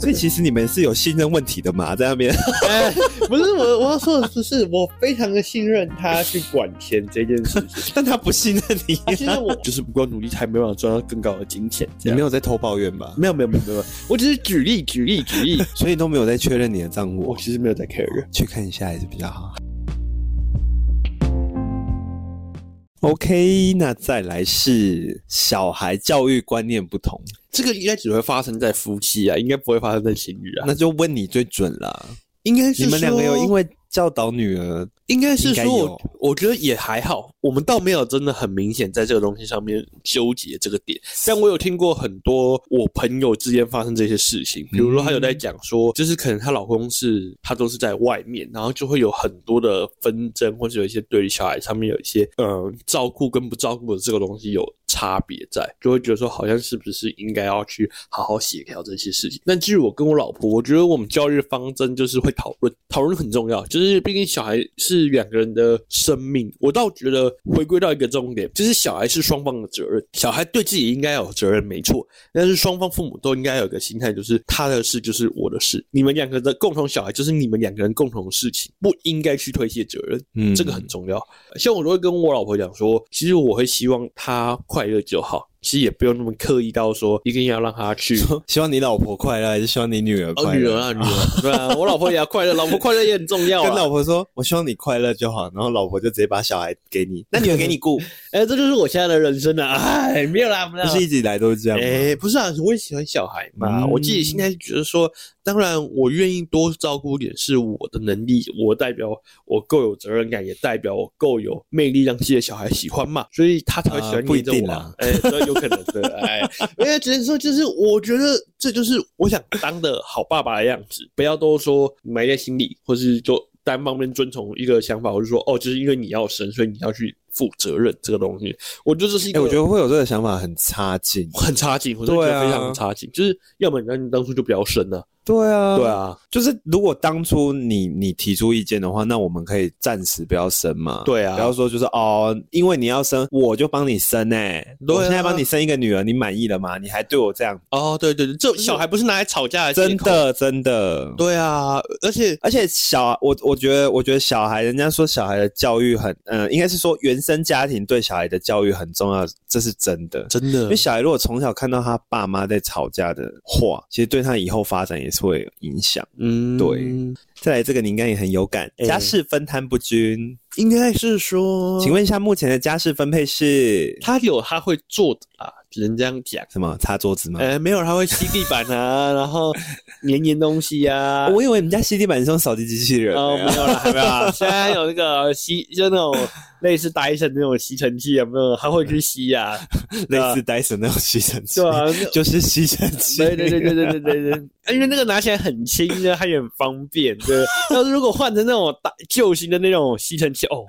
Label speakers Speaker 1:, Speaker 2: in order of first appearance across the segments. Speaker 1: 所以其实你们是有信任问题的 嘛，在那边
Speaker 2: 哎，不是我我要说的不是，我非常的信任他去管钱这件事 情，
Speaker 1: 但他不信任你，
Speaker 2: 他信任我。
Speaker 3: 就是不够努力，还没办法赚到更高的金钱。
Speaker 1: 你
Speaker 3: 这样
Speaker 1: 没有在偷抱怨 吧？
Speaker 3: 没有没有没有没有，我只是举例举例举例。
Speaker 1: 所以都没有在确认你的账户
Speaker 3: 我，其实没有在 care，
Speaker 1: 去看一下还是比较好。OK，那再来是小孩教育观念不 同，
Speaker 3: 这个应该只会发生在夫妻啊，应该不会发生在情侣啊。
Speaker 1: 那就问你最准啦。
Speaker 3: 应该是
Speaker 1: 你们两个有
Speaker 3: 说哦
Speaker 1: 因为教导女儿
Speaker 3: 应该是
Speaker 1: 应该
Speaker 3: 说
Speaker 1: 有
Speaker 3: 我，我觉得也还好，我们倒没有真的很明显在这个东西上面纠结这个点。但我有听过很多我朋友之间发生这些事情，比如说她有在讲说，就是可能她老公是她都是在外面，然后就会有很多的纷争，或者有一些对于小孩上面有一些嗯照顾跟不照顾的这个东西有差别在，就会觉得说好像是不是应该要去好好协调这些事情。但至于我跟我老婆，我觉得我们教育方针就是会讨论，讨论很重要，就是毕竟小孩是两个人的生命。我倒觉得回归到一个重点，就是小孩是双方的责任，小孩对自己应该有责任，没错，但是双方父母都应该有个心态，就是他的事就是我的事，你们两个的共同小孩就是你们两个人共同的事情，不应该去推卸责任。
Speaker 1: 嗯
Speaker 3: 这个很重要。像我都会跟我老婆讲说，其实我会希望她快乐就好，其实也不用那么刻意到说一定要让她去。
Speaker 1: 希望你老婆快乐，还是希望你女儿
Speaker 3: 哦，
Speaker 1: 快
Speaker 3: 女
Speaker 1: 乐？
Speaker 3: 儿啊，女儿，对啊，我老婆也要快乐，老婆快乐也很重要
Speaker 1: 跟
Speaker 3: 啊
Speaker 1: 老。婆说，我希望你快乐就好，然后老婆就直接把小孩给你，那女儿给你 顾，
Speaker 3: 哎，这就是我现在的人生啊！哎，没有啦，没有
Speaker 1: 不
Speaker 3: 啦
Speaker 1: 是。一直以来都是这样吗？
Speaker 3: 哎，不是啊，我也喜欢小孩嘛。
Speaker 1: 嗯
Speaker 3: 我自己现在觉得说，当然我愿意多照顾一点是我的能力，我代表我够有责任感，也代表我够有魅力，让自己的小孩喜欢嘛。所以他才会喜
Speaker 1: 啊
Speaker 3: 欢
Speaker 1: 不一
Speaker 3: 黏着我
Speaker 1: 定
Speaker 3: 啊
Speaker 1: 啊。
Speaker 3: 哎，这有可能对，哎，因为只能说就是，我觉得这就是我想当的好爸爸的样子，不要都说埋在心里，或是就单方面遵从一个想法，或是说哦，就是因为你要生，所以你要去负责任这个东西。我觉得这是一
Speaker 1: 哎、
Speaker 3: 个，
Speaker 1: 我觉得会有这个想法很差劲。
Speaker 3: 很差劲，我真的觉
Speaker 1: 对
Speaker 3: 得
Speaker 1: 啊
Speaker 3: 非常差劲。就是要么你当初就不要生啊，
Speaker 1: 对啊，
Speaker 3: 对，啊，
Speaker 1: 就是如果当初你你提出意见的话，那我们可以暂时不要生嘛。
Speaker 3: 对啊
Speaker 1: 不要说就是哦，因为你要生，我就帮你生哎、
Speaker 3: 对啊
Speaker 1: 我现在帮你生一个女儿，你满意了吗？你还对我这样，
Speaker 3: 哦，对对对，这小孩不是拿来吵架的，
Speaker 1: 真，的真的。
Speaker 3: 对啊，而且
Speaker 1: 而且小，我我觉得，我觉得小孩，人家说小孩的教育很，嗯、应该是说原生家庭对小孩的教育很重要，这是真的。
Speaker 3: 真的
Speaker 1: 因为小孩如果从小看到他爸妈在吵架的话，其实对他以后发展也是会有影响。
Speaker 3: 嗯，
Speaker 1: 对再来这个你应该也很有感，
Speaker 3: 哎
Speaker 1: 家事分摊不均，
Speaker 3: 应该是说，
Speaker 1: 请问一下目前的家事分配是
Speaker 3: 他有他会做的啦，只能这样讲。
Speaker 1: 什么？擦桌子吗？
Speaker 3: 呃，没有，他会吸地板 啊，然后粘粘东西呀、啊。
Speaker 1: 我以为你们家吸地板是用扫地机器人、
Speaker 3: 哦，
Speaker 1: 欸
Speaker 3: 没有啦，还没有啦。现在有那个吸，就那种类似 Dyson 那种吸尘器，有没有？他会去吸 呀、啊，
Speaker 1: 类似 Dyson 那种吸尘器，
Speaker 3: 对啊，那
Speaker 1: 就是吸尘器。
Speaker 3: 对对对对对对 对对，啊因为那个拿起来很轻呢，它也很方便。对， 要是如果换成那种大旧型的那种吸尘器，哦，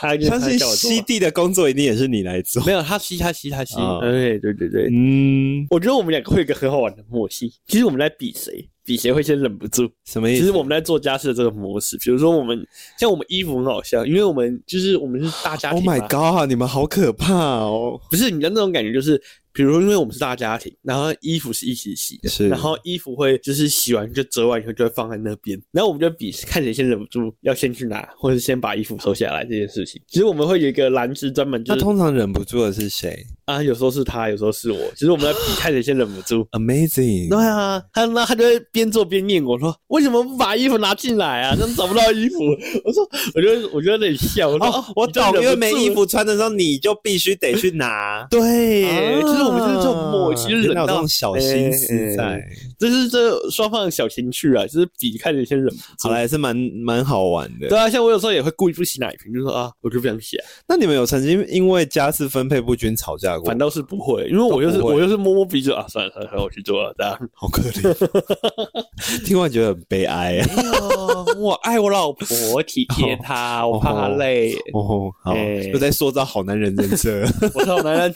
Speaker 3: 它就
Speaker 1: 相信
Speaker 3: 它叫我做吧啊
Speaker 1: 吸地的工作一定也是你来做。
Speaker 3: 没有，它吸它吸它吸。
Speaker 1: 啊
Speaker 3: 哎，对对对，
Speaker 1: 嗯，
Speaker 3: 我觉得我们两个会有一个很好玩的默契。其实我们在比谁，比谁会先忍不住。
Speaker 1: 什么意
Speaker 3: 其
Speaker 1: 思？
Speaker 3: 实我们在做家事的这个模式，比如说我们像我们衣服很好笑，因为我们就是我们是大家
Speaker 1: Oh
Speaker 3: 庭嘛。
Speaker 1: my god！你们好可怕哦。
Speaker 3: 不是你的那种感觉，就是比如说，因为我们是大家庭，然后衣服是一起洗的，
Speaker 1: 是
Speaker 3: 然后衣服会就是洗完就折完以后就会放在那边，然后我们就比看谁先忍不住要先去拿，或者先把衣服收下来这件事情。其实我们会有一个篮子专门就
Speaker 1: 那
Speaker 3: 是
Speaker 1: 通常忍不住的是谁
Speaker 3: 啊，有时候是他，有时候是我，其实我们在比看谁先忍 不住。
Speaker 1: ？Amazing！
Speaker 3: 对啊，他那他就会边做边念我说：“为什么不把衣服拿进来啊？这样找不到衣服。” 我说：“我就我就在那里笑。”我说：“
Speaker 1: 哦，我
Speaker 3: 你就
Speaker 1: 懂，
Speaker 3: 忍
Speaker 1: 因为
Speaker 3: 不
Speaker 1: 没
Speaker 3: 住
Speaker 1: 衣服穿的时候，你就必须得去拿。
Speaker 3: 对，
Speaker 1: 啊
Speaker 3: 就是我们就是这种默契，就是
Speaker 1: 原
Speaker 3: 忍
Speaker 1: 来有这
Speaker 3: 到
Speaker 1: 种小心思在，
Speaker 3: 哎这是这双方的小情趣啊，就是比看着先忍不住。
Speaker 1: 好了，，还是蛮蛮好玩的。
Speaker 3: 对啊，像我有时候也会故意不洗奶瓶，就说啊，我就不想洗、啊，
Speaker 1: 那你们有曾经因为家事分配不均吵架过？
Speaker 3: 反倒是不会，因为我就是
Speaker 1: 都不会
Speaker 3: 我就是摸摸鼻子啊，算了算了，算了我去做了，这样。
Speaker 1: 好可怜， 听完觉得很悲哀啊。
Speaker 3: 哎呦我爱我老婆，我体贴 她，我怕她累，
Speaker 1: 哦，好
Speaker 3: 哎，
Speaker 1: 又在塑造好男人人设，
Speaker 3: 我是好男 人。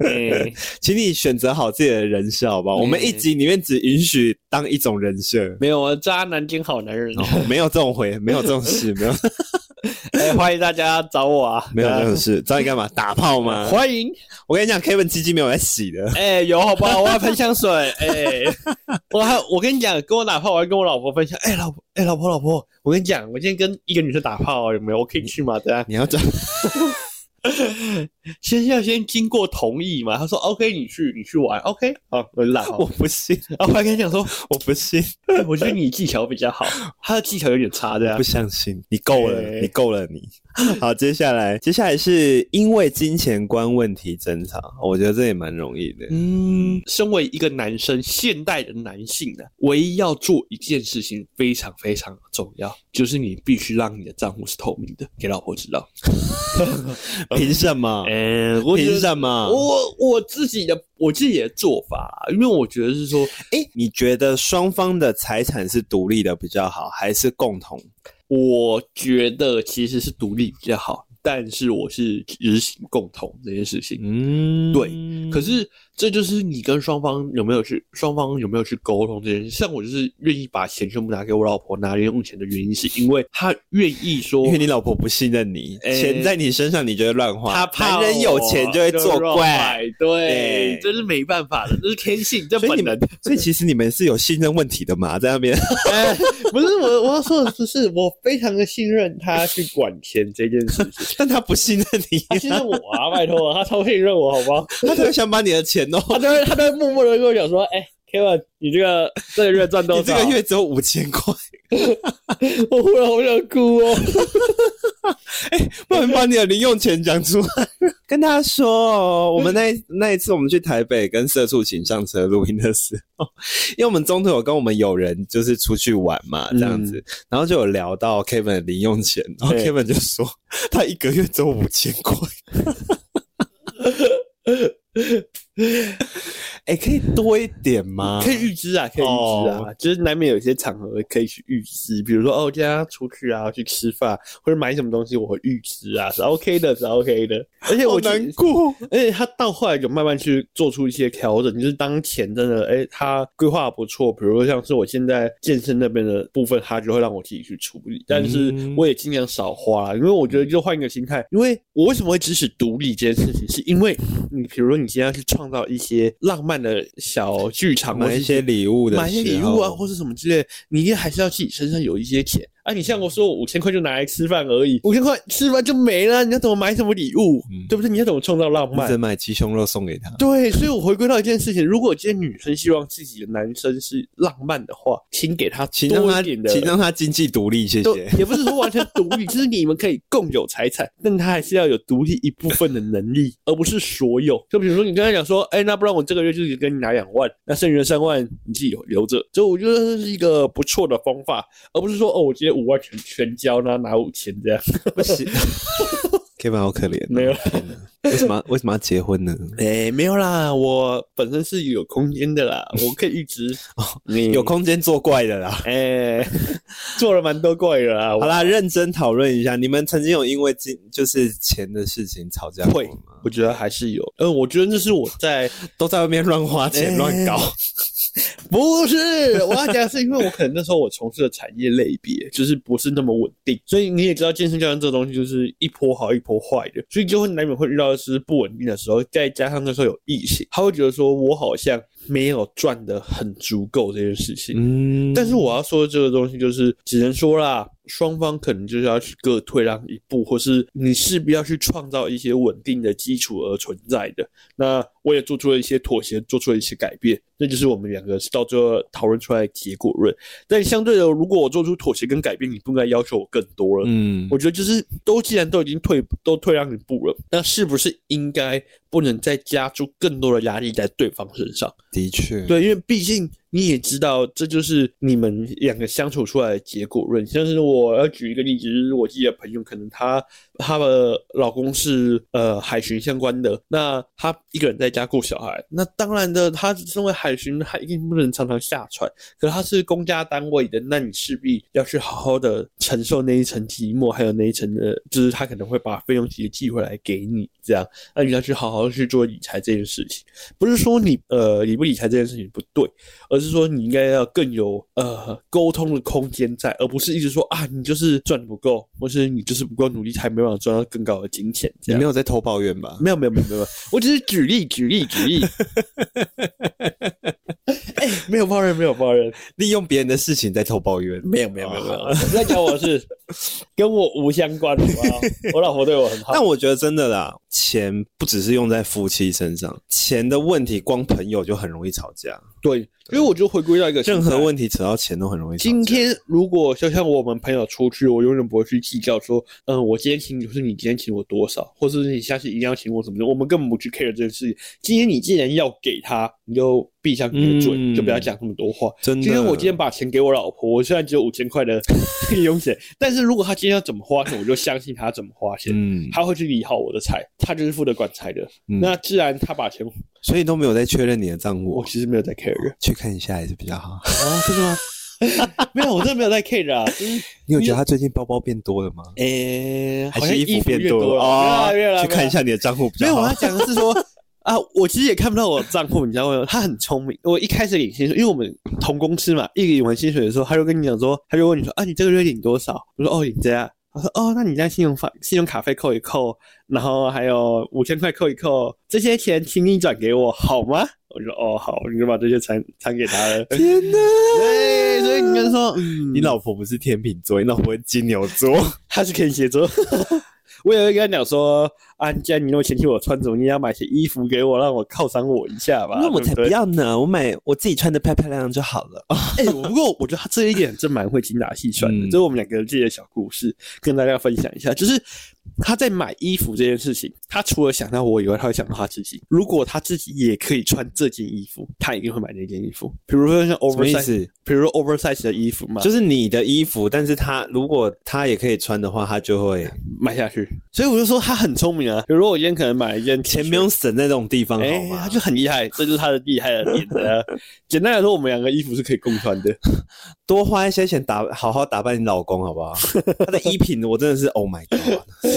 Speaker 3: 哎
Speaker 1: 请你选择好自己的人设，好不好？
Speaker 3: 哎
Speaker 1: 我们一集里面只允许当一种人设，
Speaker 3: 没有啊，渣男兼好男人。
Speaker 1: 哦没有这种回，没有这种事，没有。
Speaker 3: 哎，欢迎大家找我啊！
Speaker 1: 没有这种 事，找你干嘛？打炮吗？
Speaker 3: 欢迎，
Speaker 1: 我跟你讲，Kevin 鸡鸡没有在洗的，
Speaker 3: 哎、有好不好？我要喷香水， 哎、我还我跟你讲，跟我打炮，我还跟我老婆分享，哎、老婆，哎、老婆，老婆，我跟你讲，我今天跟一个女生打炮，有没有？我可以去吗？这样
Speaker 1: 你要这
Speaker 3: 先要先经过同意嘛。她说 OK，你去，你去玩，OK，好， 我就打炮
Speaker 1: 我。不信，
Speaker 3: 然后我还跟你讲说，
Speaker 1: 我不信，
Speaker 3: 哎我觉得你技巧比较好，她的技巧有点差，啊这样
Speaker 1: 不。相信，你够了，
Speaker 3: 哎
Speaker 1: 你够了，你。 好，接下来，接下来是因为金钱观问题争吵，我觉得这也蛮容易的。
Speaker 3: 嗯，身为一个男生，现代的男性呢，唯一要做一件事情非常非常重要，就是你必须让你的账户是透明的，给老婆知道。
Speaker 1: 凭什 么？
Speaker 3: 嗯、我觉
Speaker 1: 凭
Speaker 3: 得
Speaker 1: 什么？
Speaker 3: 我我自己的我自己的做法啦，因为我觉得是说，
Speaker 1: 哎，你觉得双方的财产是独立的比较好，还是共同？
Speaker 3: 我觉得其实是独立比较好，但是我是执行共同这件事情。
Speaker 1: 嗯，
Speaker 3: 对可是这就是你跟双方有没有去双方有没有去沟通这件事。像我就是愿意把钱全部拿给我老婆拿零用钱的原因，是因为她愿意说
Speaker 1: 因为你老婆不信任你，
Speaker 3: 哎
Speaker 1: 钱在你身上你就会乱花，
Speaker 3: 她怕
Speaker 1: 男人有钱
Speaker 3: 我
Speaker 1: 就会作
Speaker 3: 乱
Speaker 1: 怪。
Speaker 3: 买，对
Speaker 1: 对，
Speaker 3: 这是没办法的，这是天性，这
Speaker 1: 所以
Speaker 3: 本
Speaker 1: 你
Speaker 3: 能
Speaker 1: 们。，所以其实你们是有信任问题的嘛，在那边
Speaker 2: 哎，不是我我要说的不是，我非常的信任他去管钱这件事 情。
Speaker 1: 但他不信任 你，
Speaker 2: 他信任我啊，拜托啊，他超信任我，好不好？
Speaker 1: 他才想把你的钱哦，
Speaker 2: 他都会他都会默默的跟我讲说，哎、Kevin，你这个这个月赚多
Speaker 1: 你这
Speaker 2: 少？
Speaker 1: 个月只有五千块，
Speaker 2: 我忽然好想哭哦。
Speaker 1: 不能把你的零用钱讲出来。 跟他说哦，我们那一那一次我们去台北跟社畜请上车录音的时候， 因为我们中途有跟我们友人就是出去玩嘛，这样子，然后就有聊到 Kevin 的零用钱，然后
Speaker 3: 对
Speaker 1: Kevin 就说他一个月只有五千块。 哎、可以多一点吗？
Speaker 3: 可以预知啊，可以预知啊，就是难免有些场合可以去预知，比如说哦，今天要出去啊，去吃饭或者买什么东西，我会预知啊，是 OK 的，是 OK 的。而且
Speaker 1: 好
Speaker 3: 我觉得
Speaker 1: 难过。
Speaker 3: 而且他到后来有慢慢去做出一些调整，就是当钱真的，哎、他规划得不错，比如说像是我现在健身那边的部分，他就会让我自己去处理，但是
Speaker 1: 嗯
Speaker 3: 我也尽量少花啦，因为我觉得就换一个心态，因为我为什么会支持独立这件事情，是因为你比如说你今天要去创造一些浪漫的小剧场，啊或
Speaker 1: 买
Speaker 3: 是
Speaker 1: 一些礼物的时候，
Speaker 3: 买一些礼物啊，或是什么之类，你一定还是要自己身上有一些钱啊。你像我说五千块就拿来吃饭而已，五千块吃完就没了，你要怎么买什么礼物，
Speaker 1: 嗯
Speaker 3: 对不对？你要怎么创造浪
Speaker 1: 你只
Speaker 3: 漫？
Speaker 1: 买鸡胸肉送给他。
Speaker 3: 对，所以我回归到一件事情，如果今天女生希望自己的男生是浪漫的话，请给他
Speaker 1: 请让
Speaker 3: 多
Speaker 1: 他，
Speaker 3: 一点的，
Speaker 1: 请让他经济独立，谢
Speaker 3: 都
Speaker 1: 谢。
Speaker 3: 也不是说完全独立，就是你们可以共有财产，但他还是要有独立一部分的能力，而不是所有。就比如说你跟他讲说，哎、那不然我这个月就是跟你拿两万，那剩余的三万你自己留着。所以我觉得这是一个不错的方法，而不是说哦，我今天五万全全交，然后拿五千这样。
Speaker 1: 不 行，Kevin 好可怜哦、
Speaker 3: 没有
Speaker 1: 天哪，为什么为什么要结婚呢？
Speaker 3: 哎、没有啦，我本身是有空间的啦，我可以预知你
Speaker 1: 有。空间作怪的啦。
Speaker 3: 哎、做了蛮多怪的 啦。
Speaker 1: 好
Speaker 3: 我
Speaker 1: 啦，认真讨论一下，你们曾经有因为金就是钱的事情吵架过
Speaker 3: 会
Speaker 1: 吗？
Speaker 3: 我觉得还是有，呃，我觉得这是我在
Speaker 1: 都在外面乱花钱、
Speaker 3: 哎
Speaker 1: 乱搞，
Speaker 3: 不是，我要讲的是因为我可能那时候我从事的产业类别就是不是那么稳定，所以你也知道健身教练这东西就是一波好一波坏的，所以就会难免会遇到就是不稳定的时候，再加上那时候有疫情，他会觉得说我好像没有赚的很足够这件事情。
Speaker 1: 嗯
Speaker 3: 但是我要说的这个东西就是，只能说啦，双方可能就是要去各退让一步，或是你势必要去创造一些稳定的基础而存在的。那我也做出了一些妥协，做出了一些改变，这就是我们两个到最后讨论出来的结果论。但相对的，如果我做出妥协跟改变，你不应该要求我更多了。
Speaker 1: 嗯，
Speaker 3: 我觉得就是都既然都已经退都退让一步了，那是不是应该不能再加注更多的压力在对方身上？
Speaker 1: 的确，
Speaker 3: 对，因为毕竟你也知道，这就是你们两个相处出来的结果论。像是我要举一个例子，就是我自己的朋友，可能她她的老公是呃海巡相关的，那她一个人在家顾小孩，那当然的，她身为海巡，她一定不能常常下船。可是她是公家单位的，那你势必要去好好的承受那一层寂寞，还有那一层的，就是她可能会把费用直接寄回来给你，这样，那你要去好好好去做理财这件事情。不是说你呃理不理财这件事情不对，而是说你应该要更有呃沟通的空间在，而不是一直说啊你就是赚得不够，或是你就是不够努力才没办法赚到更高的金钱。这
Speaker 1: 你
Speaker 3: 样
Speaker 1: 没有在偷抱怨吧？
Speaker 3: 没有没有没有没有，我只是举例举例举例。哎、没有抱怨，没有抱怨，
Speaker 1: 利用别人的事情在偷抱怨？
Speaker 3: 没有没有没有没
Speaker 1: 哦
Speaker 3: 有，我在讲我是跟我无相关的，好不好我老婆对我很好。
Speaker 1: 但我觉得真的啦，钱不只是用在夫妻身上，钱的问题光朋友就很容易吵架，
Speaker 3: 对，因为我就回归到一个
Speaker 1: 任何
Speaker 3: 题。
Speaker 1: 问题扯到钱都很容易吵架。
Speaker 3: 今天如果就像我们朋友出去，我永远不会去计较说，嗯，我今天请你，或是你今天请我多少，或是你下次一定要请我什么的，我们根本不去 care 这件事情。今天你既然要给他，你就闭上你的嘴，
Speaker 1: 嗯
Speaker 3: 就不要讲那么多话。
Speaker 1: 真的
Speaker 3: 今天我今天把钱给我老婆，我虽然只有五千块的 零用钱，但是如果她今天要怎么花钱，我就相信她怎么花钱，
Speaker 1: 嗯，
Speaker 3: 她会去理好我的财，她就是负责管财的。
Speaker 1: 嗯
Speaker 3: 那既然她把钱，
Speaker 1: 所以都没有在确认你的账户
Speaker 3: 我，其实没有在 care
Speaker 1: 去看一下也是比较好。
Speaker 3: 啊，真的吗？ 没有，我真的没有在 care 啊，就是
Speaker 1: 你有觉得他最近包包变多了吗？
Speaker 3: 诶、
Speaker 1: 还
Speaker 3: 好像
Speaker 1: 是
Speaker 3: 衣
Speaker 1: 服变
Speaker 3: 越
Speaker 1: 多
Speaker 3: 多了，
Speaker 1: 哦
Speaker 3: 越来越来
Speaker 1: 去看一。
Speaker 3: 越来
Speaker 1: 下你的账户比
Speaker 3: 没
Speaker 1: 较
Speaker 3: 有，我要
Speaker 1: 好。。
Speaker 3: 讲的是说啊，我其实也看不到我的账户，你知道吗？他很聪明，我一开始领薪水，因为我们同公司嘛，一领完薪水的时候，他就跟你讲说，他就问你说啊，你这个月领多少？我说哦，领这样。他说哦，那你在信用卡信用卡费扣一扣，然后还有五千块扣一扣，这些钱请你转给我好吗？我就说哦好，你就把这些传传给他了
Speaker 1: 天哪！
Speaker 3: 对，所以你就说，嗯，
Speaker 1: 你老婆不是天秤座，你老婆是金牛座。
Speaker 3: 他是天蝎座。 我也会跟他讲说，啊，既然你那么嫌弃我穿着，你也要买些衣服给我，让我犒赏我一下吧。对 对。
Speaker 1: 要呢，我买我自己穿的漂漂亮亮就好了。
Speaker 3: 哎、我不过我觉得他这一点真蛮会精打细算的，
Speaker 1: 嗯
Speaker 3: 这是我们两个自己的小故事，跟大家分享一下。就是他在买衣服这件事情，他除了想到我以外，他会想到他自己。如果他自己也可以穿这件衣服，他一定会买那件衣服。比如说像
Speaker 1: 什么意
Speaker 3: oversize，
Speaker 1: 思？
Speaker 3: 比如说 oversize 的衣服嘛，就
Speaker 1: 就是你的衣服，但是他如果他也可以穿的话，他就 会
Speaker 3: 买下去。所以我就说他很聪明啊。比如说我今天可能买一件 T 恤
Speaker 1: 钱不用省在这种地方，好
Speaker 3: 哎、
Speaker 1: 吗
Speaker 3: 他？就很厉害，这就是他的厉害的 点呢。简单来说，我们两个衣服是可以共穿的。
Speaker 1: 多花一些钱打好好打扮你老公，好不 好？他的衣品我真的是 Oh my God！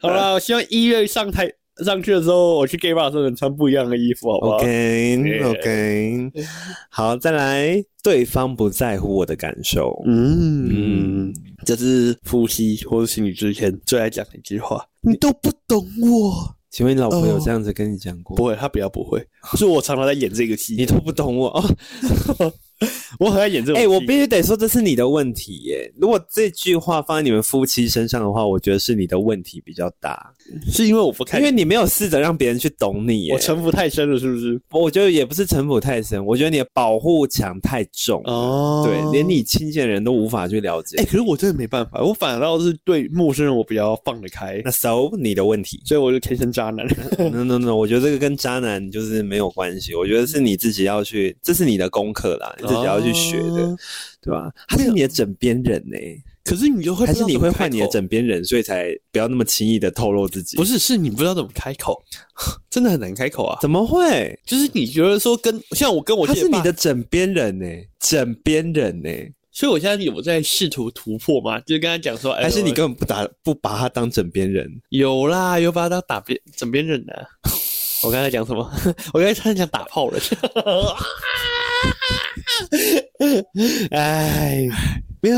Speaker 3: 好啦，我希望一月上台上去的时候，我去 gay bar 的时候能穿不一样的衣服，好不好
Speaker 1: OK OK，好，再来，对方不在乎我的感受。
Speaker 3: 嗯，这是夫妻或是情侣之前最爱讲的一句话。你都不懂我，
Speaker 1: 请问你老婆有
Speaker 3: 哦
Speaker 1: 这样子跟你讲过？
Speaker 3: 不会，他比较不会。是我常常在演这个戏，
Speaker 1: 你都不懂我哦。
Speaker 3: 我很爱演这种
Speaker 1: 哎、
Speaker 3: 戏。
Speaker 1: 我必须得说，这是你的问题耶。如果这句话放在你们夫妻身上的话，我觉得是你的问题比较大，
Speaker 3: 是因为我不看
Speaker 1: 因，为你没有试着让别人去懂你耶。
Speaker 3: 我城府太深了，是不是？
Speaker 1: 我觉得也不是城府太深，我觉得你的保护墙太重。
Speaker 3: 哦
Speaker 1: 对，连你亲近的人都无法去了解。
Speaker 3: 哎、可是我真的没办法，我反倒是对陌生人我比较放得开
Speaker 1: 那，so 你的问题
Speaker 3: 所以我就天生渣男。
Speaker 1: ？no no no，我觉得这个跟渣男就是没有关系，我觉得是你自己要去，这是你的功课啦，你自己要去学的，
Speaker 3: 哦
Speaker 1: 对吧？他是你的枕边人呢、
Speaker 3: 可是你就会
Speaker 1: 还是你会换你的
Speaker 3: 整？
Speaker 1: 枕边人，所以才不要那么轻易的透露自己？
Speaker 3: 不是，是你不知道怎么开口， 真的很难开口啊。
Speaker 1: 怎么会？
Speaker 3: 就是你觉得说跟像我跟我
Speaker 1: 他
Speaker 3: 姐
Speaker 1: 是你
Speaker 3: 爸
Speaker 1: 的，枕边人呢、枕边人呢、
Speaker 3: 所以我现在有在试图突破嘛，就是跟他讲说，哎，
Speaker 1: 还是你
Speaker 3: 我
Speaker 1: 根本不打不把他当枕边人？
Speaker 3: 有啦，有把他当打边枕边人的。我刚才讲什么？ 我刚才差点讲打炮人。 哎，没有，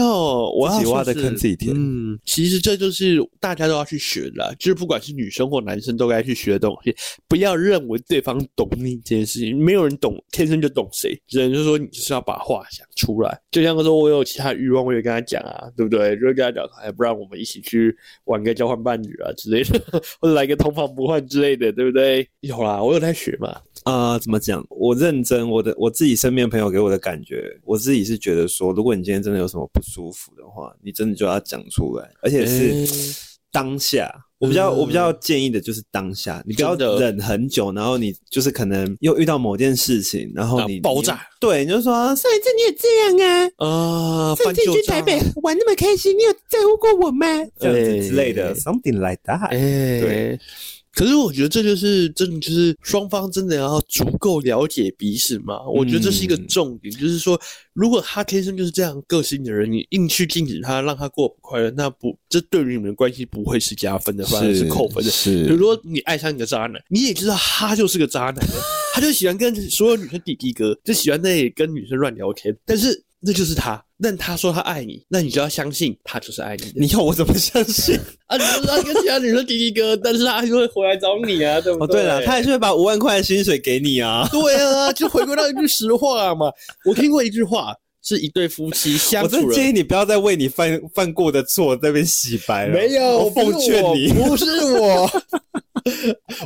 Speaker 3: 我要
Speaker 1: 自己挖
Speaker 3: 说
Speaker 1: 的坑
Speaker 3: 是
Speaker 1: 自己填
Speaker 3: 嗯，其实这就是大家都要去学的啦，就是不管是女生或男生都该去学的东西。不要认为对方懂你这件事情，没有人懂，天生就懂谁。只能就是说，你就是要把话讲出来。就像说，我有其他欲望，我也跟他讲啊，对不对？就会跟他讲，哎，不然我们一起去玩个交换伴侣啊之类的， 或者来个同房不换之类的，对不对？有啦，我有在学嘛。
Speaker 1: 呃，怎么讲？我认真，我的我自己身边朋友给我的感觉，我自己是觉得说，如果你今天真的有什么不舒服的话，你真的就要讲出来，而且
Speaker 3: 诶
Speaker 1: 是当下。我比较
Speaker 3: 嗯
Speaker 1: 我比较建议的就是当下，你不要
Speaker 3: 真的
Speaker 1: 忍很久，然后你就是可能又遇到某件事情，然后
Speaker 3: 啊
Speaker 1: 你
Speaker 3: 爆炸，
Speaker 1: 你对，你就说啊上一次你也这样啊，
Speaker 3: 啊，
Speaker 1: 上
Speaker 3: 翻
Speaker 1: 次
Speaker 3: 旧
Speaker 1: 去
Speaker 3: 账
Speaker 1: 台北，玩那么开心，你有在乎过我吗？这样子之类的
Speaker 3: 哎
Speaker 1: ，something like that。
Speaker 3: 哎，
Speaker 1: 对
Speaker 3: 可是我觉得这就是真的就是双方真的要足够了解彼此嘛。我觉得这是一个重点，就是说，如果他天生就是这样个性的人，你硬去禁止他，让他过不快乐，那不这对于你们的关系不会是加分的，反而是扣分的。比
Speaker 1: 是
Speaker 3: 如说你爱上一个渣男，你也知道他就是个渣男了，他就喜欢跟所有女生弟弟哥，就喜欢那里跟女生乱聊天，但是那就是他。但他说他爱你，那你就要相信他就是爱你的。
Speaker 1: 你要我怎么相信？
Speaker 3: 啊，你就是要跟其他女生弟弟哥，但是他还是会回来找你啊，对不
Speaker 1: 哦，对了，他还是会把五万块的薪水给你啊。
Speaker 3: 对啊，就回归到一句实话嘛。我听过一句话，是一对夫妻相
Speaker 1: 我真
Speaker 3: 处
Speaker 1: 的
Speaker 3: 了
Speaker 1: 建议你不要再为你犯犯过的错在那边洗白了。
Speaker 2: 没有，
Speaker 1: 我奉劝你，
Speaker 2: 不是我，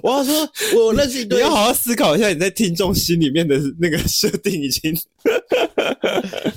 Speaker 3: 我要说，我认识一
Speaker 1: 你
Speaker 3: 对
Speaker 1: 要好好思考一下你在听众心里面的那个设定已经。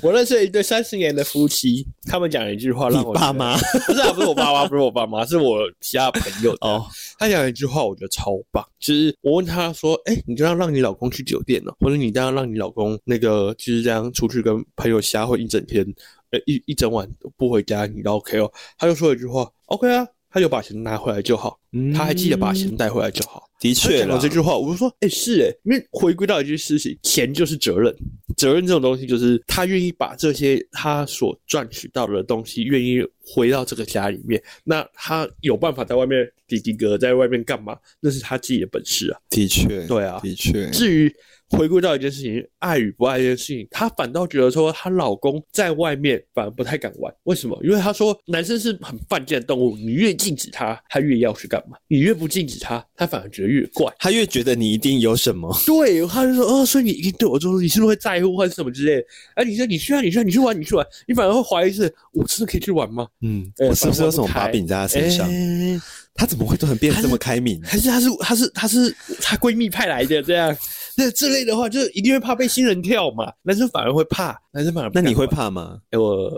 Speaker 3: 我认识了一对三十年的夫妻，他们讲了一句话
Speaker 1: 你
Speaker 3: 让我觉得
Speaker 1: 爸妈
Speaker 3: 不是、啊、不是我爸妈，不是我爸妈，是我其他朋友哦。
Speaker 1: 哦，
Speaker 3: 他讲了一句话，我觉得超棒，就是我问他说：“哎、你就让让你老公去酒店了、哦或者你这样让你老公那个就是这样出去跟朋友瞎混一整天，呃一一整晚不回家，你都 OK 哦？”他就说了一句话：“OK 啊，他就把钱拿回来就好，他还记得把钱带回来就好。
Speaker 1: 嗯的
Speaker 3: 他
Speaker 1: 确
Speaker 3: 讲
Speaker 1: 了
Speaker 3: 了这句话，我就说，哎、是哎、因为回归到一句事情，钱就是责任，责任这种东西就是他愿意把这些他所赚取到的东西，愿意回到这个家里面，那他有办法在外面滴滴哥在外面干嘛，那是他自己的本事啊。
Speaker 1: 的确，
Speaker 3: 对啊
Speaker 1: 的确，
Speaker 3: 至于回归到一件事情，爱与不爱这件事情，她反倒觉得说，她老公在外面反而不太敢玩，为什么？因为她说男生是很犯贱的动物，你越禁止他，他越要去干嘛；你越不禁止他，他反而觉得越怪。
Speaker 1: 他越觉得你一定有什么。
Speaker 3: 对，他就说，哦，所以你一定对我做，你是不是会在乎或者什么之类的？哎、你说你去啊，你去啊，你去玩，你去玩，你反而会怀疑是，我真的可以去玩吗？
Speaker 1: 嗯，
Speaker 3: 哎
Speaker 1: 我是不是有什么
Speaker 3: 反而
Speaker 1: 把
Speaker 3: 不开
Speaker 1: 柄在他身上？
Speaker 3: 哎
Speaker 1: 他怎么会突然变得这么开明？
Speaker 3: 还是她是她是她是她闺蜜派来的这样？ 那这类的话，就一定会怕被新人跳嘛。男生反而会怕，男生反而不
Speaker 1: 那
Speaker 3: 敢
Speaker 1: 你会
Speaker 3: 玩？
Speaker 1: 怕吗？
Speaker 3: 哎我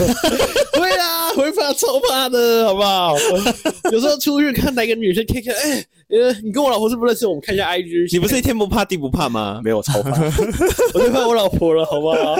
Speaker 3: 会啦，会怕，超怕的，好不好？有时候出去看哪个女生，看看，哎、呃，你跟我老婆是不认识，我们看一下 IG。
Speaker 1: 你不是天不怕地不怕吗？
Speaker 3: 没有超怕，我最怕我老婆了，好不好？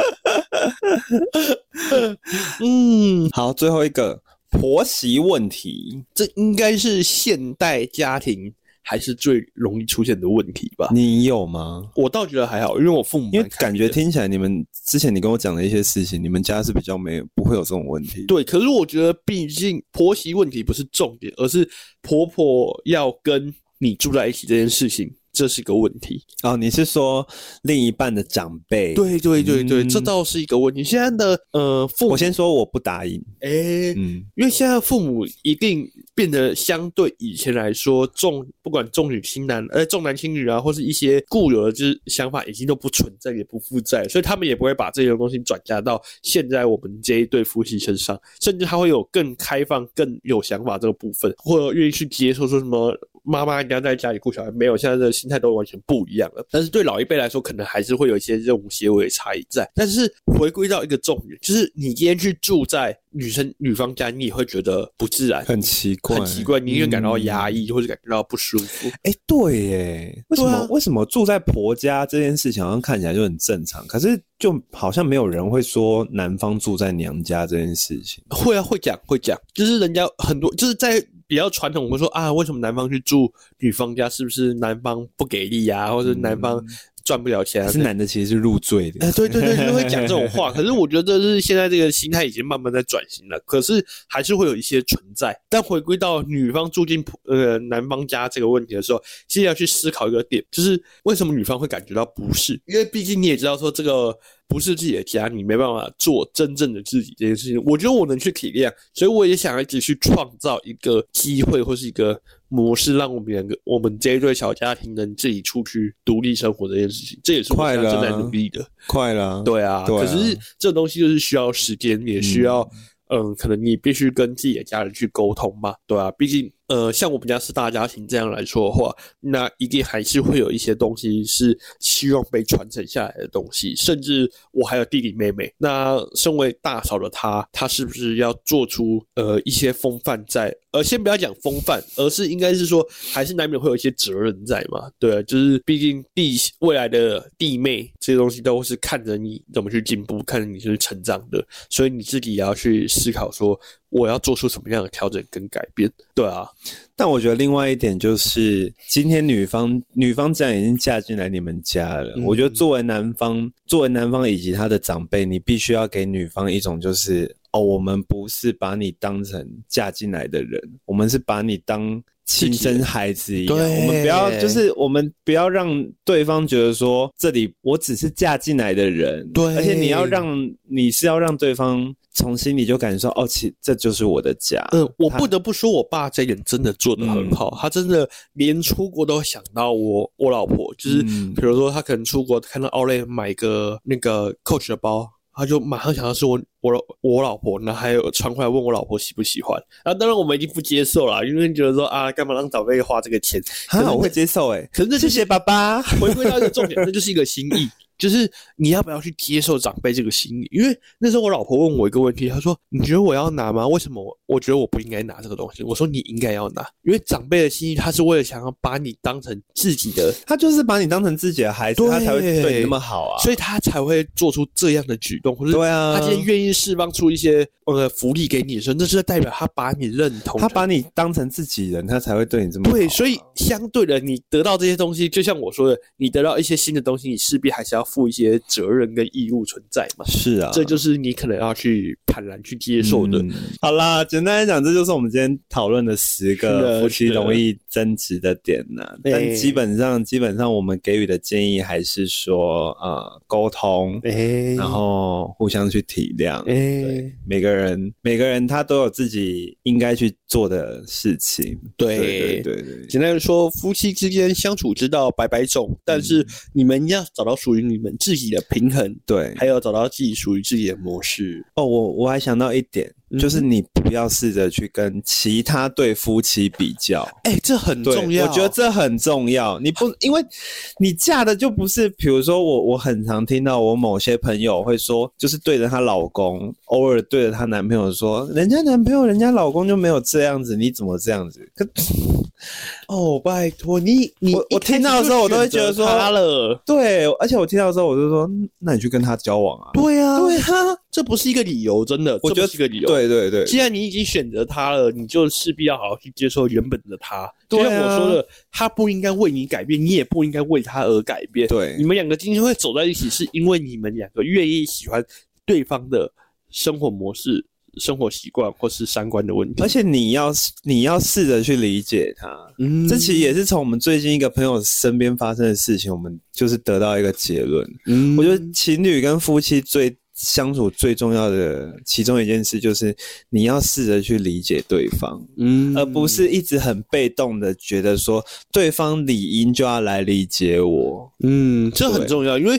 Speaker 3: 嗯，
Speaker 1: 好，最后一个婆媳问题，
Speaker 3: 这应该是现代家庭还是最容易出现的问题吧？
Speaker 1: 你有吗？
Speaker 3: 我倒觉得还好，因为我父母蛮
Speaker 1: 因为感觉
Speaker 3: 开明的
Speaker 1: 听起来你们之前你跟我讲的一些事情，你们家是比较没有不会有这种问题。，
Speaker 3: 对，可是我觉得毕竟婆媳问题不是重点，而是婆婆要跟你住在一起这件事情，这是个问题。
Speaker 1: 哦，你是说另一半的长辈？，
Speaker 3: 对对对对，这
Speaker 1: 嗯
Speaker 3: 倒是一个问题。现在的呃父母
Speaker 1: 我，先说我不答应。
Speaker 3: 哎、
Speaker 1: 嗯，
Speaker 3: 因为现在父母一定变得相对以前来说重，不管重女轻男，呃重男轻女啊，或是一些固有的就是想法已经都不存在，也不复在，所以他们也不会把这些东西转嫁到现在我们这一对夫妻身上，甚至他会有更开放、更有想法这个部分，或者愿意去接受说什么。妈妈一定要在家里顾小孩，没有现在的心态都完全不一样了。但是对老一辈来说，可能还是会有一些这种些微的差异在。但是回归到一个重点，就是你今天去住在女生女方家，你也会觉得不自然，
Speaker 1: 很奇怪，嗯
Speaker 3: 很奇怪，你也感到压
Speaker 1: 抑。
Speaker 3: 抑，或者感觉到不舒服。
Speaker 1: 哎、对耶，为什
Speaker 3: 对
Speaker 1: 么、
Speaker 3: 啊
Speaker 1: 为什么住在婆家这件事情好像看起来就很正常，可是就好像没有人会说男方住在娘家这件事情。
Speaker 3: 会啊，会讲会讲，就是人家很多就是在比较传统，我说啊，为什么男方去住女方家，是不是男方不给力啊，或者男
Speaker 1: 嗯
Speaker 3: 方赚不了钱啊？
Speaker 1: 可是男的其实是入赘的
Speaker 3: 哎，，对对对，就会讲这种话。可是我觉得这是现在这个心态已经慢慢在转型了，可是还是会有一些存在。但回归到女方住进普呃男方家这个问题的时候，其实要去思考一个点，就是为什么女方会感觉到不适？因为毕竟你也知道说这个不是自己的家，你没办法做真正的自己这件事情。我觉得我能去体谅，所以我也想要一直去创造一个机会或是一个。模式让我们两个，我们这一对小家庭能自己出去独立生活这件事情，这也是我
Speaker 1: 快
Speaker 3: 现在
Speaker 1: 了
Speaker 3: 正
Speaker 1: 啊
Speaker 3: 在努力的。
Speaker 1: 快啦，
Speaker 3: 对啊，
Speaker 1: 对啊
Speaker 3: 可是这东西就是需要时间，也需要嗯、呃可能你必须跟自己的家人去沟通嘛，对啊，毕竟呃，像我们家是大家庭这样来说的话，那一定还是会有一些东西是希望被传承下来的东西，甚至我还有弟弟妹妹，那身为大嫂的她，她是不是要做出呃一些风范在？呃，先不要讲风范，而是应该是说，还是难免会有一些责任在嘛，对啊、就是毕竟弟未来的弟妹这些东西都是看着你怎么去进步，看着你去成长的，所以你自己也要去思考说，我要做出什么样的调整跟改变，对啊，
Speaker 1: 但我觉得另外一点就是，今天女方女方既然已经嫁进来你们家了，
Speaker 2: 嗯
Speaker 1: 我觉得作为男方，作为男方以及他的长辈，你必须要给女方一种就是哦，我们不是把你当成嫁进来的人，我们是把你当。亲
Speaker 3: 自己人
Speaker 1: 生孩子一样，
Speaker 3: 对
Speaker 1: 我们不要就是我们不要让对方觉得说这里我只是嫁进来的人，
Speaker 3: 对
Speaker 1: 而且你要让你是要让对方从心里就感受哦，其这就是我的家，
Speaker 3: 嗯，我不得不说，我爸这一点真的做得很
Speaker 1: 嗯
Speaker 3: 好，他真的连出国都想到我我老婆，就是
Speaker 1: 嗯
Speaker 3: 比如说他可能出国看到奥莱买个那个 Coach 的包，他就马上想到是我我老我老婆，然后还有传回来问我老婆喜不喜欢。啊，当然我们已经不接受了，因为觉得说啊，干嘛让长辈花这个钱？可
Speaker 1: 很
Speaker 3: 是
Speaker 1: 好，我
Speaker 3: 那
Speaker 1: 会接受哎、
Speaker 3: 可是那就
Speaker 1: 谢
Speaker 3: 是
Speaker 1: 谢爸爸。
Speaker 3: 回归到一个重点，那就是一个心意， 就是你要不要去接受长辈这个心意？因为那时候我老婆问我一个问题，她说：“你觉得我要拿吗？为什么我我觉得我不应该拿这个东西？”我说：“你应该要拿，因为长辈的心意，他是为了想要把你当成自己的，
Speaker 1: 他就是把你当成自己的孩子，
Speaker 3: 对
Speaker 1: 他才会对你那么好啊。
Speaker 3: 所以他才会做出这样的举动，或者
Speaker 1: 对啊
Speaker 3: 他今天愿意释放出一些呃福利给你的时候，那是代表他把你认同，
Speaker 1: 他把你当成自己人，他才会对你这么好。
Speaker 3: 对，所以相对的，你得到这些东西，就像我说的，你得到一些新的东西，你势必还是要负一些责任跟义务存在嘛。
Speaker 1: 是啊，
Speaker 3: 这就是你可能要去坦然去接受的。
Speaker 1: 嗯好啦，简单来讲，这就是我们今天讨论的十
Speaker 3: 是
Speaker 1: 个
Speaker 3: 的哎
Speaker 1: 夫妻
Speaker 3: 是的
Speaker 1: 容易争执的点呢、
Speaker 3: 对
Speaker 1: 但基本上，基本上我们给予的建议还是说，呃，沟通，
Speaker 3: 哎
Speaker 1: 然后互相去体谅。
Speaker 3: 哎，
Speaker 1: 每个人，每个人他都有自己应该去做的事情。
Speaker 3: 对
Speaker 1: 对对对对，
Speaker 3: 简单的说，夫妻之间相处之道百百种，但是你们要找到属于你们自己的平衡，
Speaker 1: 对，
Speaker 3: 还有找到自己属于自己的模式。
Speaker 1: 哦，我我还想到一点，
Speaker 3: 嗯
Speaker 1: 就是你不要试着去跟其他对夫妻比较，
Speaker 3: 哎，这很
Speaker 1: 对
Speaker 3: 重要。
Speaker 1: 我觉得这很重要。你不因为你嫁的就不是，比如说我我很常听到我某些朋友会说，就是对着她老公，偶尔对着她男朋友说，人家男朋友人家老公就没有这样子，你怎么这样子？可
Speaker 3: 哦，拜托你，你
Speaker 1: 我我
Speaker 3: 一开始
Speaker 1: 听到的时候
Speaker 3: 就
Speaker 1: 我都会觉得说
Speaker 3: 选择他了。
Speaker 1: 对，而且我听到之后我就说，嗯那你去跟他交往啊。
Speaker 3: 对啊，
Speaker 1: 对
Speaker 3: 啊，这不是一个理由，真的，
Speaker 1: 我觉得
Speaker 3: 这不是一个理由。
Speaker 1: 对对对，
Speaker 3: 既然你已经选择他了，你就势必要好好去接受原本的他。
Speaker 1: 对啊
Speaker 3: 就像我说的，他不应该为你改变，你也不应该为他而改变。
Speaker 1: 对
Speaker 3: 你们两个今天会走在一起，是因为你们两个愿意喜欢对方的生活模式、生活习惯或是三观的问题。
Speaker 1: 而，且你要你要试着去理解他，
Speaker 3: 嗯
Speaker 1: 这其实也是从我们最近一个朋友身边发生的事情，我们就是得到一个结论。
Speaker 3: 嗯
Speaker 1: 我觉得情侣跟夫妻最相处最重要的其中一件事，就是你要试着去理解对方，
Speaker 3: 嗯
Speaker 1: 而呃不是一直很被动的觉得说对方理应就要来理解我。
Speaker 3: 嗯，这很重要，因为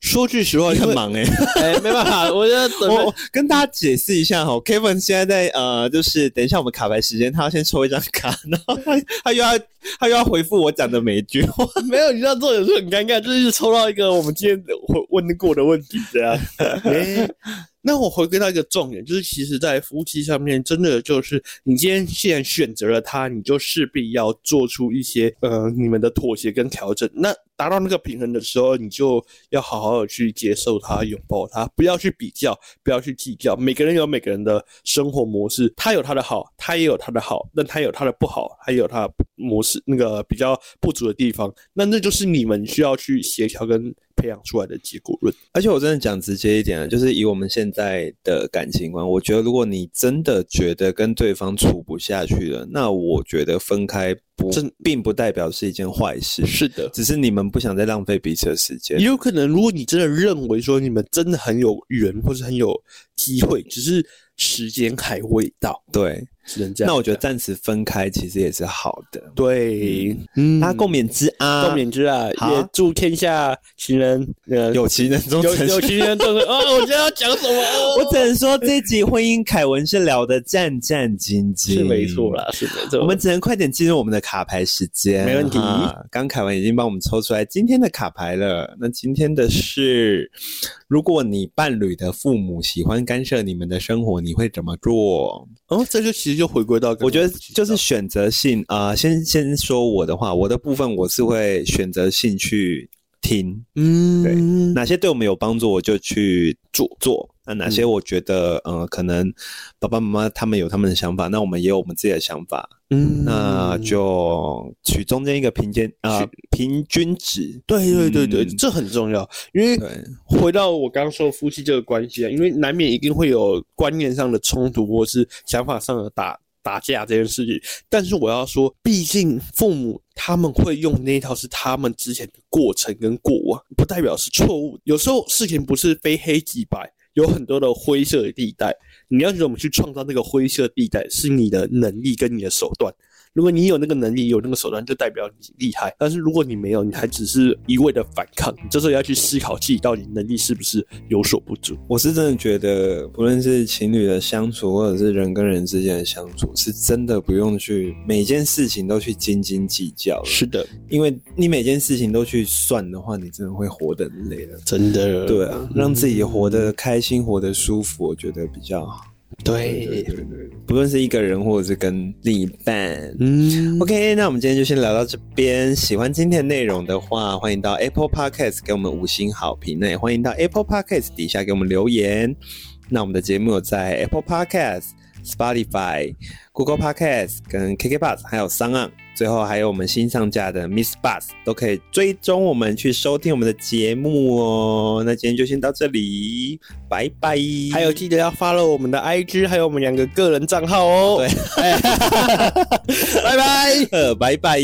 Speaker 3: 说句实话，
Speaker 1: 你
Speaker 3: 因
Speaker 1: 很
Speaker 3: 为
Speaker 1: 忙哎、
Speaker 3: 哎，没办法，我 要等
Speaker 1: 我我跟大家解释一下哈，Kevin 现在在呃，就是等一下我们卡牌时间，他要先抽一张卡，然后他他又要他又要回复我讲的每一句话。
Speaker 3: 没有，你知道这种是很尴尬，就是抽到一个我们今天问问过的问题这样。 诶那我回归到一个重点，就是其实，在夫妻上面，真的就是你今天既然选择了他，你就势必要做出一些呃你们的妥协跟调整。那达到那个平衡的时候，你就要好好的去接受他，拥抱他，不要去比较，不要去计较。每个人有每个人的生活模式，他有他的好，他也有他的好，但他有他的不好，他也有他的模式那个比较不足的地方。那那就是你们需要去协调跟培养出来的结果论。
Speaker 1: 而且我真的讲直接一点啊，就是以我们现在的感情观，我觉得如果你真的觉得跟对方处不下去了，那我觉得分开不
Speaker 3: 真
Speaker 1: 并不代表是一件坏事，
Speaker 3: 是的，
Speaker 1: 只是你们不想再浪费彼此的时间
Speaker 3: 也。有可能，如果你真的认为说你们真的很有缘，或是很有机会，只是时间还未到，
Speaker 1: 对，
Speaker 3: 只能这样讲。
Speaker 1: 那我觉得暂时分开其实也是好的，
Speaker 3: 对，嗯
Speaker 1: 大家共勉之啊，
Speaker 3: 共勉之啊，
Speaker 1: 好
Speaker 3: 也祝天下情人呃
Speaker 1: 有情人终
Speaker 3: 有
Speaker 1: 成
Speaker 3: 有情人终成。哦，我今天要讲什么？哦
Speaker 1: 我只能说这集婚姻凯文是聊得战战兢兢，
Speaker 3: 是没错。啦，是没错。
Speaker 1: 我们只能快点进入我们的卡牌时间，
Speaker 3: 没问题
Speaker 1: 哈刚凯文已经帮我们抽出来今天的卡牌了，那今天的是，如果你伴侣的父母喜欢干涉你们的生活，你会怎么做？
Speaker 3: 哦，这就其实就回归到刚刚
Speaker 1: 我觉得
Speaker 3: 不知
Speaker 1: 就
Speaker 3: 道
Speaker 1: 是选择性啊、呃先先说我的话，我的部分我是会选择性去听，
Speaker 3: 嗯，
Speaker 1: 哪些对我们有帮助，我就去做做。那哪
Speaker 3: 嗯
Speaker 1: 些我觉得，呃，可能爸爸妈妈他们有他们的想法，那我们也有我们自己的想法，
Speaker 3: 嗯
Speaker 1: 那就取中间一个平均啊、平均值。
Speaker 3: 对对对对，
Speaker 1: 嗯
Speaker 3: 这很重要，因为
Speaker 1: 对，
Speaker 3: 回到我刚刚说夫妻这个关系啊，因为难免一定会有观念上的冲突，或是想法上的打打架这件事情。但是我要说，毕竟父母他们会用那一套是他们之前的过程跟过往，不代表是错误。有时候事情不是非黑即白，有很多的灰色地带。你要怎么去创造那个灰色地带，是你的能力跟你的手段。如果你有那个能力，有那个手段，就代表你厉害。但是如果你没有，你还只是一味的反抗，你这时候要去思考自己到底能力是不是有所不足。
Speaker 1: 我是真的觉得，不论是情侣的相处，或者是人跟人之间的相处，是真的不用去每件事情都去斤斤计较了。
Speaker 3: 的，
Speaker 1: 因为你每件事情都去算的话，你真的会活得很累的。
Speaker 3: 真的，
Speaker 1: 对啊，让自己活得开心、活得舒服，我觉得比较好。
Speaker 3: 对，
Speaker 1: 不论是一个人或者是跟另一半。
Speaker 3: 嗯
Speaker 1: OK，那我们今天就先聊到这边。喜欢今天的内容的话，欢迎到 Apple Podcast 给我们五星好评，那也欢迎到 Apple Podcast 底下给我们留言。那我们的节目有在 Apple Podcast、Spotify、Google Podcast 跟 KK Bus 还有 s o n 最后还有我们新上架的 Miss Bus 都可以追踪我们去收听我们的节目哦。那今天就先到这里，拜拜。
Speaker 3: 还有记得要 follow 我们的 IG，还有我们两个个人账号哦。
Speaker 1: 对，拜拜，呃，拜拜。